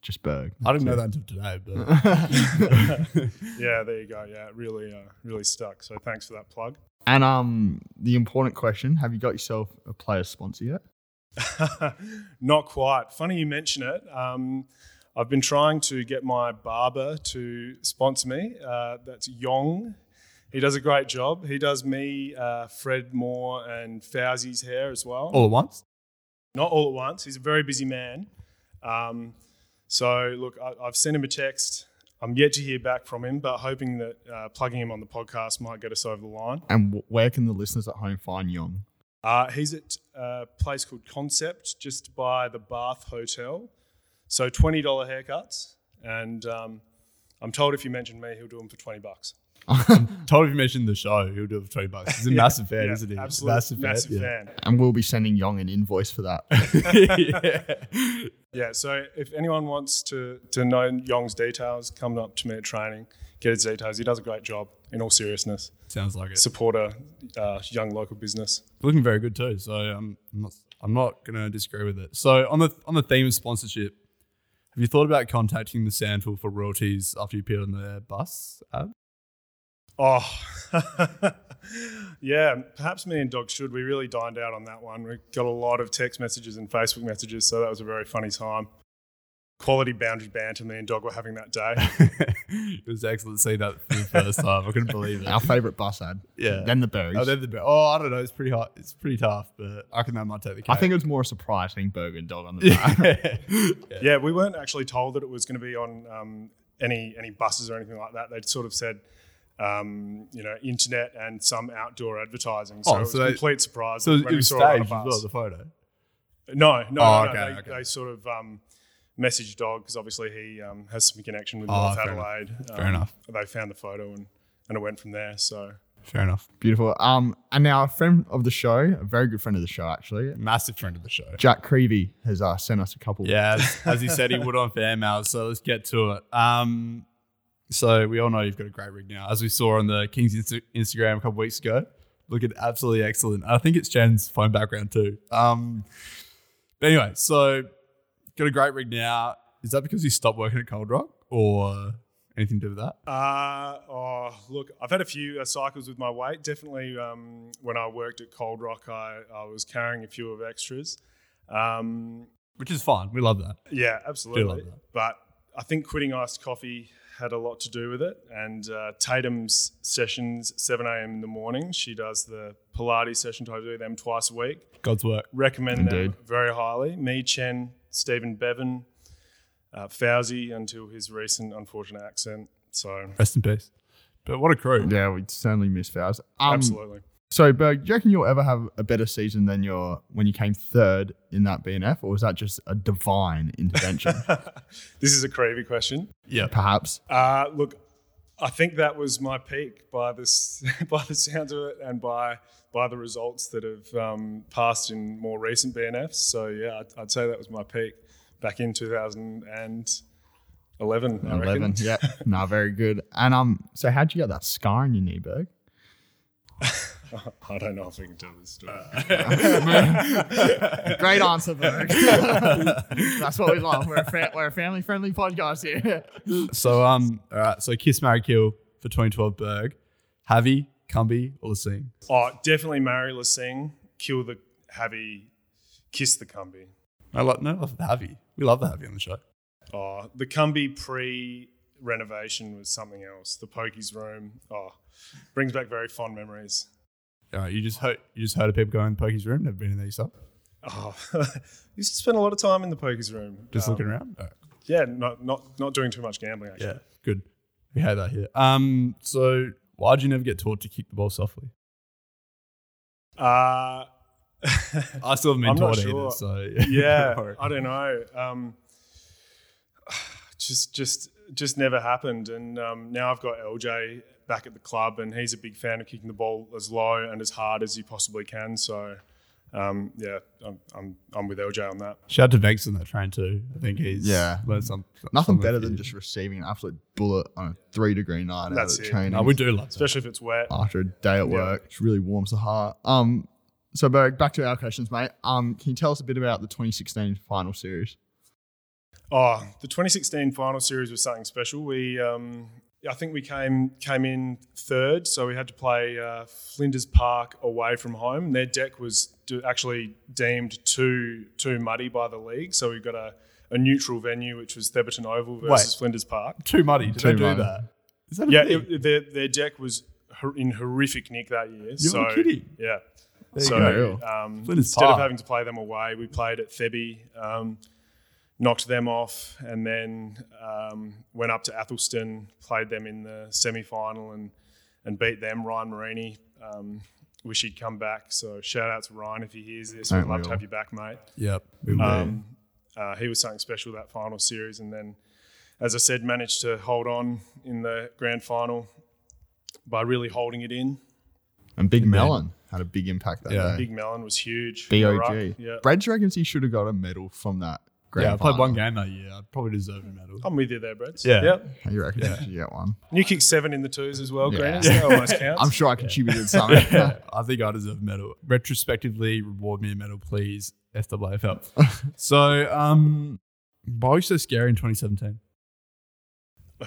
Speaker 2: just Berg.
Speaker 1: I didn't know that until today, but [laughs]
Speaker 3: yeah, there you go. Yeah, it really, uh, really stuck. So thanks for that plug.
Speaker 2: [laughs] and um, the important question: Have you got yourself a player sponsor yet?
Speaker 3: [laughs] Not quite. Funny you mention it. Um, I've been trying to get my barber to sponsor me. Uh, that's Yong. He does a great job. He does me, uh, Fred Moore, and Fauzi's hair as well.
Speaker 1: all at once.
Speaker 3: Not all at once. He's a very busy man. Um, so, look, I, I've sent him a text. I'm yet to hear back from him, but hoping that uh, plugging him on the podcast might get us over the line.
Speaker 2: And w- where can the listeners at home find Young?
Speaker 3: Uh, he's at a place called Concept, just by the Bath Hotel. So twenty dollar haircuts, and um, I'm told if you mention me, he'll do them for twenty bucks.
Speaker 1: Told if you mentioned the show, he'll do it for 20 bucks. [laughs] He's a
Speaker 3: Yeah,
Speaker 1: massive fan,
Speaker 3: yeah,
Speaker 1: isn't he?
Speaker 3: Absolute massive, fan.
Speaker 1: yeah.
Speaker 2: and we'll be sending Young an invoice for that.
Speaker 1: [laughs] yeah.
Speaker 3: Yeah. So if anyone wants to to know Yong's details, come up to me at training, get his details. He does a great job. In all seriousness,
Speaker 1: Sounds like it.
Speaker 3: support a uh, young local business.
Speaker 1: looking very good too. So um, I'm not I'm not gonna disagree with it. So on the on the theme of sponsorship, have you thought about contacting the Sandful for royalties after you appeared on their bus [laughs] ad?
Speaker 3: Oh, [laughs] yeah. Perhaps me and Dog should. We really dined out on that one. We got a lot of text messages and Facebook messages, so that was a very funny time. Quality boundary banter me and Dog were having that day.
Speaker 1: it was excellent to see that for the first time. I couldn't [laughs] believe it.
Speaker 2: Our favourite bus ad.
Speaker 1: Yeah.
Speaker 2: Then the Bergs.
Speaker 1: [laughs] Oh, they're the best. Oh, I don't know. It's pretty hot. It's pretty tough, but I reckon that might take the cake.
Speaker 2: I think it was more a surprise seeing Berg and Dog on the back.
Speaker 1: yeah. yeah.
Speaker 3: yeah, we weren't actually told that it was going to be on um, any any buses or anything like that. They'd sort of said, um, you know, internet and some outdoor advertising. So
Speaker 1: Oh,
Speaker 3: it was
Speaker 1: so
Speaker 3: a
Speaker 1: they-
Speaker 3: complete surprise.
Speaker 1: [laughs] So it
Speaker 3: when we
Speaker 1: was
Speaker 3: saw it on a
Speaker 1: staged as well,
Speaker 3: bus.
Speaker 1: the photo.
Speaker 3: No,
Speaker 1: Oh,
Speaker 3: no, no.
Speaker 1: okay,
Speaker 3: they,
Speaker 1: okay.
Speaker 3: they sort of um, messaged Dog because obviously he um, has some connection with
Speaker 1: Oh,
Speaker 3: North
Speaker 1: fair enough.
Speaker 3: Adelaide.
Speaker 1: Fair
Speaker 3: Um,
Speaker 1: enough.
Speaker 3: They found the photo and, and it went from there. So
Speaker 1: Fair enough.
Speaker 2: Beautiful. Um, and now a friend of the show, a very good friend of the show actually,
Speaker 1: Massive friend of the show.
Speaker 2: Jack Creevy has uh, sent us a couple.
Speaker 1: Yeah, as, as he said he would on Fair Mail. So let's get to it. Um, so we all know you've got a great rig now, as we saw on the Kings Insta- Instagram a couple weeks ago. Looking absolutely excellent. I think it's Jen's phone background too. Um, but anyway, so got a great rig now. Is that because you stopped working at Cold Rock or anything to do with that?
Speaker 3: Uh, oh, look, I've had a few uh, cycles with my weight. Definitely, um, when I worked at Cold Rock, I, I was carrying a few of extras. Um,
Speaker 1: Which is fine. We love that.
Speaker 3: yeah, absolutely.
Speaker 1: that.
Speaker 3: But I think quitting iced coffee had a lot to do with it. And uh, Tatum's sessions, 7 a.m. in the morning, she does the Pilates sessions. I do them twice a week.
Speaker 1: God's work.
Speaker 3: recommend them
Speaker 2: Indeed.
Speaker 3: very highly. Me, Chen, Stephen Bevan, uh, Fauzi until his recent unfortunate accident.
Speaker 2: Hmm.
Speaker 3: So,
Speaker 1: Rest in peace. But what a crew.
Speaker 2: Yeah, we certainly miss Fowles. Um,
Speaker 3: absolutely.
Speaker 2: So, Berg, do you reckon you'll ever have a better season than your when you came third in that BNF, or was that just a divine
Speaker 3: [laughs]
Speaker 2: intervention?
Speaker 3: this is a crazy question.
Speaker 1: Yeah.
Speaker 2: Perhaps.
Speaker 3: Uh, look, I think that was my peak by this, [laughs] by the sounds of it, and by by the results that have um, passed in more recent BNFs. So yeah, I'd, I'd say that was my peak back in 2000 and Eleven. I reckon.
Speaker 2: Eleven. Yeah. Nah, very good. And um, so how'd you get that scar on your knee,
Speaker 3: [laughs]
Speaker 2: Berg?
Speaker 3: I don't know if we can tell this story.
Speaker 2: Great answer, Berg. [laughs] That's what we love. We're a, fa- we're a family friendly podcast here.
Speaker 1: So um, all right. So kiss, marry, kill for 2012 Berg, Javi, Cumby, or Lassine.
Speaker 3: oh, definitely marry Lasing, kill the Havi, kiss the Cumby.
Speaker 1: I like no love for the Javi. We love the Javi on the show.
Speaker 3: Oh, the Cumby pre renovation was something else. The Pokey's room. Oh, brings back very fond memories.
Speaker 1: All right, you just heard you just heard of people going in Pokey's room. Never been in there yourself.
Speaker 3: Oh, [laughs] used to spend a lot of time in the Pokey's room.
Speaker 1: Just
Speaker 3: Um,
Speaker 1: looking around. All right.
Speaker 3: Yeah, not, not, not doing too much gambling, actually.
Speaker 1: Yeah, good. We had that here. Um, so why'd you never get taught to kick the ball softly?
Speaker 3: Uh, [laughs]
Speaker 1: I still haven't been
Speaker 3: I'm not
Speaker 1: taught either.
Speaker 3: sure.
Speaker 1: So
Speaker 3: [laughs]
Speaker 1: [laughs]
Speaker 3: yeah, I don't know. Um, [sighs] just, just, just never happened. And um, now I've got LJ back at the club, and he's a big fan of kicking the ball as low and as hard as you possibly can. So, um, yeah, I'm, I'm, I'm with LJ on that.
Speaker 1: Shout out to Vegas on that train too. I think he's
Speaker 2: Yeah.
Speaker 1: learned some,
Speaker 2: Nothing
Speaker 1: something
Speaker 2: better
Speaker 1: from
Speaker 2: than
Speaker 1: you.
Speaker 2: just receiving an absolute bullet on a three degree night out
Speaker 3: That's
Speaker 2: of
Speaker 3: it.
Speaker 2: training.
Speaker 1: No, we do love that.
Speaker 3: Especially if it's wet.
Speaker 2: after a day at work. It really warms the heart. Um, so Berg, back to our questions, mate. Um, can you tell us a bit about the 2016 final series?
Speaker 3: Oh, the 2016 final series was something special. We, um, I think we came came in third, so we had to play uh, Flinders Park away from home. Their deck was d- actually deemed too too muddy by the league, so we got a, a neutral venue, which was Theberton Oval versus Flinders Park.
Speaker 1: Too muddy. Did
Speaker 2: Too
Speaker 1: they do
Speaker 2: muddy.
Speaker 1: that? Is that a
Speaker 3: Yeah,
Speaker 1: thing?
Speaker 3: it, their, their deck was hor- in horrific nick that year.
Speaker 1: You're
Speaker 3: so,
Speaker 1: kidding.
Speaker 3: Yeah.
Speaker 1: There you
Speaker 2: go.
Speaker 3: so um,
Speaker 1: Flinders
Speaker 3: instead
Speaker 1: Park.
Speaker 3: of having to play them away, we played at Thebe, um, knocked them off, and then um, went up to Athelston, played them in the semi final, and and beat them. Ryan Marini. Um, wish he'd come back. So shout out to Ryan if he hears this. We'd
Speaker 2: Aren't we
Speaker 3: love to
Speaker 2: all?
Speaker 3: have you back, mate.
Speaker 1: Yep. We will.
Speaker 3: Um, uh, he was something special that final series, and then, as I said, managed to hold on in the grand final by really holding it in.
Speaker 2: And Big Melon had a big impact that
Speaker 1: Yeah.
Speaker 2: day.
Speaker 3: Big Melon was huge.
Speaker 2: Big
Speaker 3: Ruck,
Speaker 2: OG.
Speaker 3: Yeah,
Speaker 2: Brad reckons he should have got a medal from that. Grand
Speaker 1: yeah, I played
Speaker 2: final.
Speaker 1: one game that year. I probably deserve a medal.
Speaker 3: I'm with you there, Brett.
Speaker 1: Yeah.
Speaker 3: Yep.
Speaker 2: You reckon he should get one?
Speaker 3: New kick seven in the twos as well,
Speaker 2: Yeah.
Speaker 3: Greener. so that almost counts.
Speaker 2: I'm sure I contributed something.
Speaker 1: [laughs]
Speaker 2: [laughs]
Speaker 1: I think I deserve a medal. Retrospectively, reward me a medal, please.
Speaker 3: [laughs]
Speaker 1: SWFL. so, um, why were you so scary in 2017?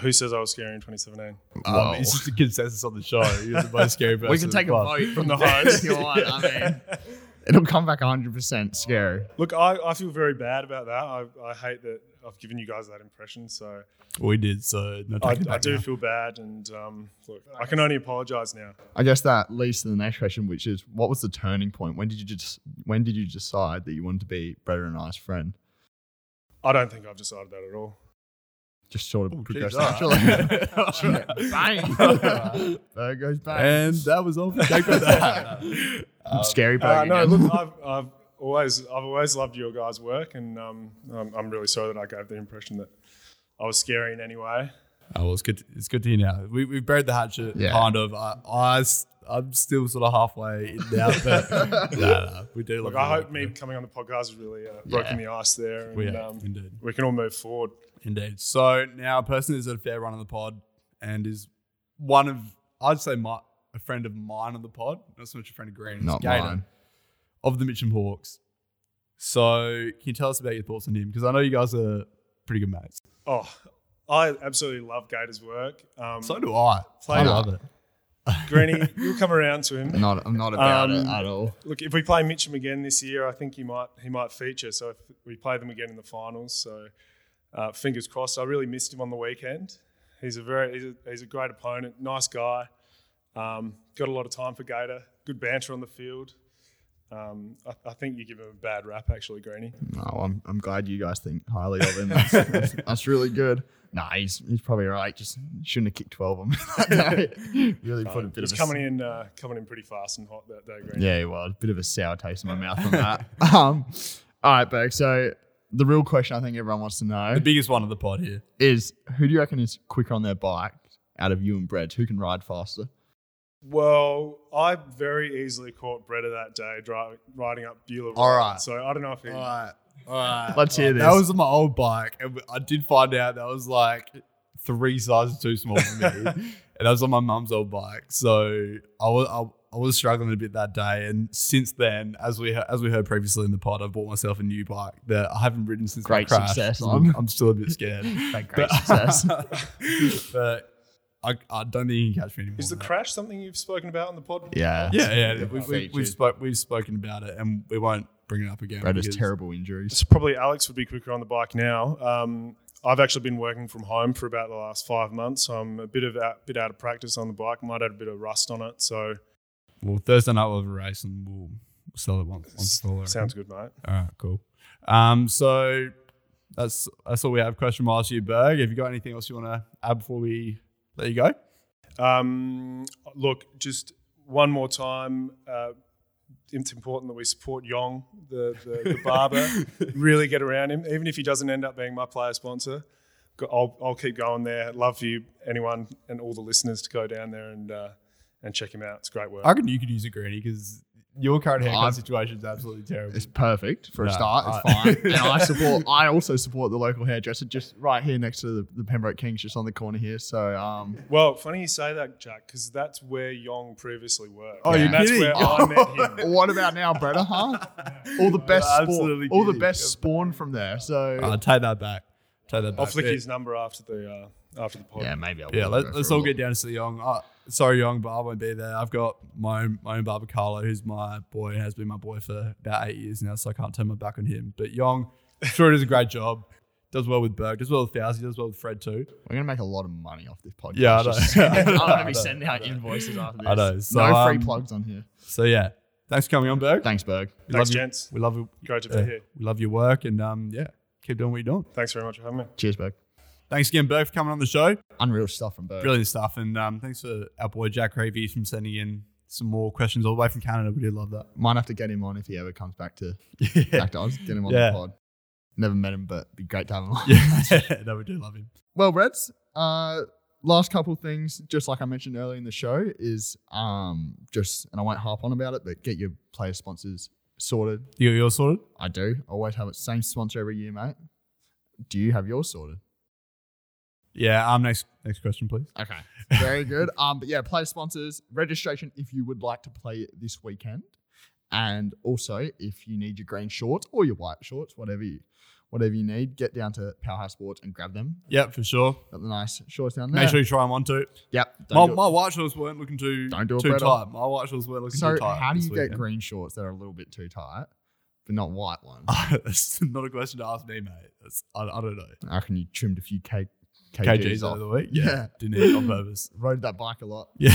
Speaker 3: Who says I was scary in 2017?
Speaker 1: Well, it's just a consensus on the show. You're the most
Speaker 3: [laughs]
Speaker 1: scary person.
Speaker 2: Oh, we can
Speaker 1: in
Speaker 2: take a
Speaker 1: the club.
Speaker 2: vote
Speaker 1: [laughs]
Speaker 2: from the host [laughs] if you want. I mean, it'll come back 100% scary.
Speaker 3: Look, I, I feel very bad about that. I, I hate that I've given you guys that impression. So
Speaker 1: We did, so no
Speaker 3: I,
Speaker 1: taking
Speaker 3: I
Speaker 1: back
Speaker 3: do
Speaker 1: now.
Speaker 3: feel bad. And um, look, I can only apologize now.
Speaker 2: I guess that leads to the next question, which is what was the turning point? When did you just when did you decide that you wanted to be Brett and I's friend?
Speaker 3: I don't think I've decided that at all.
Speaker 2: Just
Speaker 3: Oh,
Speaker 2: sort of
Speaker 1: Ooh,
Speaker 2: progressed
Speaker 3: ah.
Speaker 1: geez, all
Speaker 3: [laughs]
Speaker 2: naturally.
Speaker 1: right.
Speaker 2: bang. there goes bang.
Speaker 1: [laughs] and that was all. for Take that. [laughs] Um,
Speaker 2: Scary
Speaker 3: Eh. Uh,
Speaker 2: bang.
Speaker 3: no,
Speaker 2: again.
Speaker 3: look, I've, I've always I've always loved your guys' work, and um, I'm, I'm really sorry that I gave the impression that I was scary in any way.
Speaker 1: Oh, well, it's good. it's good to hear now. We we buried the hatchet,
Speaker 2: Yeah.
Speaker 1: kind of. I, I am still sort of halfway in now,
Speaker 3: [laughs]
Speaker 1: but [laughs] nah, nah, we do.
Speaker 3: Look,
Speaker 1: love
Speaker 3: I
Speaker 1: you.
Speaker 3: hope me coming on the podcast has really uh, broken the ice there,
Speaker 1: We,
Speaker 3: and
Speaker 1: yeah,
Speaker 3: um,
Speaker 1: indeed,
Speaker 3: we can all move forward.
Speaker 1: indeed. So now a person is at a fair run on the pod and is one of I'd say my a friend of mine on the pod, not so much a friend of Green, it's
Speaker 2: Not
Speaker 1: Gator,
Speaker 2: mine.
Speaker 1: of the Mitcham Hawks. So can you tell us about your thoughts on him? Because I know you guys are pretty good mates.
Speaker 3: Oh, I absolutely love Gator's work. Um,
Speaker 1: So do I. I
Speaker 3: Played-
Speaker 1: love it.
Speaker 3: Greeny, you'll come around to him.
Speaker 2: Not I'm not about it
Speaker 3: Um,
Speaker 2: at all.
Speaker 3: Look, if we play Mitcham again this year, I think he might he might feature. So if we play them again in the finals, so uh, fingers crossed. I really missed him on the weekend. He's a very he's a, he's a great opponent, nice guy. Um, got a lot of time for Gator. Good banter on the field. Um, I, I think you give him a bad rap actually, Greeny.
Speaker 2: No, I'm, I'm glad you guys think highly of him. That's,
Speaker 3: [laughs]
Speaker 2: that's, that's really good. Nah, he's he's probably right. Just shouldn't have kicked twelve of
Speaker 3: [laughs]
Speaker 2: them. [laughs] really put a bit
Speaker 3: He's
Speaker 2: of a
Speaker 3: coming in uh, coming in pretty fast and hot that day, Greeny.
Speaker 2: Yeah, well, a bit of a sour taste in my mouth on that.
Speaker 1: [laughs]
Speaker 2: um, [laughs] all right, Berg. So the real question I think everyone wants to know
Speaker 1: The biggest one of the pod here.
Speaker 2: is who do you reckon is quicker on their bike out of you and Brett? Who can ride faster?
Speaker 3: Well, I very easily caught Breda that day dri- riding up Beulah. Road.
Speaker 1: All right.
Speaker 3: So I don't know if he.
Speaker 1: All right. All right.
Speaker 2: Let's hear
Speaker 1: That
Speaker 2: this.
Speaker 1: was on my old bike. And I did find out that was like three sizes too small for
Speaker 2: [laughs]
Speaker 1: me. and I was on my mum's old bike. So I was, I, I was struggling a bit that day. And since then, as we he- as we heard previously in the pod, I bought myself a new bike that I haven't ridden since
Speaker 2: Great
Speaker 1: my crash.
Speaker 2: success.
Speaker 1: So I'm, I'm still a bit scared.
Speaker 2: [laughs] Great success.
Speaker 1: [laughs] but I, I don't think you can catch me anymore.
Speaker 3: Is the
Speaker 1: mate.
Speaker 3: crash something you've spoken about on the pod?
Speaker 2: Yeah.
Speaker 1: Yeah, yeah. We, we,
Speaker 2: featured.
Speaker 1: we've, spoke, we've spoken about it and we won't bring it up again.
Speaker 2: Brad has
Speaker 1: because-
Speaker 2: terrible injuries.
Speaker 3: So probably Alex would be quicker on the bike now. Um, I've actually been working from home for about the last five months, so I'm a bit of out, bit out of practice on the bike. Might add a bit of rust on it, so
Speaker 1: Well, Thursday night we'll have a race and we'll sell it once. once all, I reckon.
Speaker 3: sounds good, mate.
Speaker 1: All right, cool. Um, so that's that's all we have. Question from last year, Berg. Have you got anything else you want to add before we let you go?
Speaker 3: Um, look, just one more time. Uh, it's important that we support Yong, the, the, the barber.
Speaker 1: [laughs]
Speaker 3: really get around him, even if he doesn't end up being my player sponsor. Go- I'll, I'll keep going there. Love for you, anyone and all the listeners to go down there and uh, and check him out. It's great work.
Speaker 1: I reckon you could use a greenie because your current haircut
Speaker 2: I've-
Speaker 1: situation is absolutely terrible.
Speaker 2: It's perfect for a
Speaker 1: No,
Speaker 2: start. It's
Speaker 1: I-
Speaker 2: fine.
Speaker 1: [laughs]
Speaker 2: and I support. I also support the local hairdresser, just right here next to the, the Pembroke Kings, just on the corner here. So, um,
Speaker 3: Well, funny you say that, Jack, because that's where Yong previously worked.
Speaker 1: Oh,
Speaker 2: you're
Speaker 3: and that's
Speaker 1: kidding.
Speaker 3: where I
Speaker 1: [laughs]
Speaker 3: met him.
Speaker 2: what about now, Bretta? Huh? All the best,
Speaker 1: You're
Speaker 2: spawn,
Speaker 1: absolutely Uh,
Speaker 2: all the
Speaker 1: kidding.
Speaker 2: best spawn from there. So,
Speaker 1: I'll take that back. Take that back.
Speaker 3: I'll flick
Speaker 1: Yeah.
Speaker 3: his number after the uh, after the pod.
Speaker 2: maybe. I'll
Speaker 1: Yeah, let, let's all get down to the Young. Uh, sorry, Young, but I won't be there. I've got my own, my own barber, Carlo, who's my boy and has been my boy for about eight years now, so I can't turn my back on him. But Young, sure, does a great job. Does well with Berg, does well with Fousey, does well with Fred too.
Speaker 2: We're gonna make a lot of money off this podcast.
Speaker 1: Yeah, I know.
Speaker 2: [laughs]
Speaker 1: [laughs]
Speaker 2: Just-
Speaker 1: I
Speaker 2: I'm
Speaker 1: know,
Speaker 2: gonna
Speaker 1: I
Speaker 2: be
Speaker 1: know,
Speaker 2: sending out invoices after this.
Speaker 1: I know. So,
Speaker 2: no free
Speaker 1: um,
Speaker 2: plugs on here.
Speaker 1: So yeah, thanks for coming on, Berg.
Speaker 2: Thanks, Berg.
Speaker 1: We
Speaker 3: Thanks,
Speaker 1: love you-
Speaker 3: gents.
Speaker 1: We love you.
Speaker 3: Great to be
Speaker 1: uh,
Speaker 3: here.
Speaker 1: We love your work, and um, yeah, keep doing what you're doing.
Speaker 3: Thanks very much for having me.
Speaker 2: Cheers, Berg.
Speaker 1: Thanks again, Berg, for coming on the show.
Speaker 2: Unreal stuff from Berg.
Speaker 1: Brilliant stuff, and um, thanks for our boy Jack Ravy from sending in some more questions all the way from Canada. We do love
Speaker 3: [laughs]
Speaker 1: that.
Speaker 2: Might have to get him on if he ever comes back to
Speaker 1: Yeah,
Speaker 2: back to us. Get him on
Speaker 1: Yeah.
Speaker 2: the pod. Never met him, but be great to have him on.
Speaker 1: [laughs] yeah, no, we do love him.
Speaker 2: [laughs] Well, Reds, uh, last couple of things, just like I mentioned earlier in the show, is um, just, and I won't harp on about it, but get your player sponsors sorted.
Speaker 1: You got yours sorted?
Speaker 2: I do. I always have it same sponsor every year, mate. Do you have yours sorted?
Speaker 1: Yeah. Um. Next. Next question, please.
Speaker 2: Okay.
Speaker 1: [laughs]
Speaker 2: Very good. Um, but yeah, player sponsors, registration if you would like to play this weekend. And also if you need your green shorts or your white shorts, whatever you whatever you need, get down to Powerhouse Sports and grab them.
Speaker 1: Yep, for sure.
Speaker 2: Got the nice shorts down there.
Speaker 1: Make sure you try them on too.
Speaker 2: Yep. don't
Speaker 1: My,
Speaker 2: do it-
Speaker 1: my white shorts weren't looking too
Speaker 2: Don't do it
Speaker 1: too
Speaker 2: better.
Speaker 1: tight. My white shorts weren't looking
Speaker 2: So
Speaker 1: too tight.
Speaker 2: how do
Speaker 1: this
Speaker 2: you get
Speaker 1: weekend.
Speaker 2: green shorts that are a little bit too tight, but not white ones?
Speaker 1: Ah. [laughs] That's not a question to ask me, mate. That's, I, I don't know.
Speaker 2: I reckon you trimmed a few K- KGs,
Speaker 1: KG's
Speaker 2: off.
Speaker 1: over the week.
Speaker 2: Yeah.
Speaker 1: Didn't eat on purpose.
Speaker 2: Rode that bike a lot.
Speaker 1: [laughs] Yeah.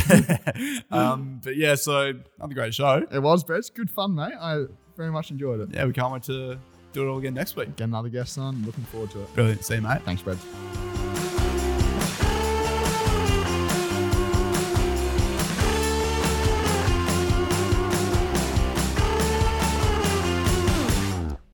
Speaker 1: [laughs] um. But yeah. So another great show.
Speaker 2: It was, but it's good fun, mate. I very much enjoyed it.
Speaker 1: Yeah. We can't wait to do it all again next week.
Speaker 2: Get another guest on. Looking forward to it.
Speaker 1: Brilliant. See you, mate.
Speaker 2: Thanks, Brad.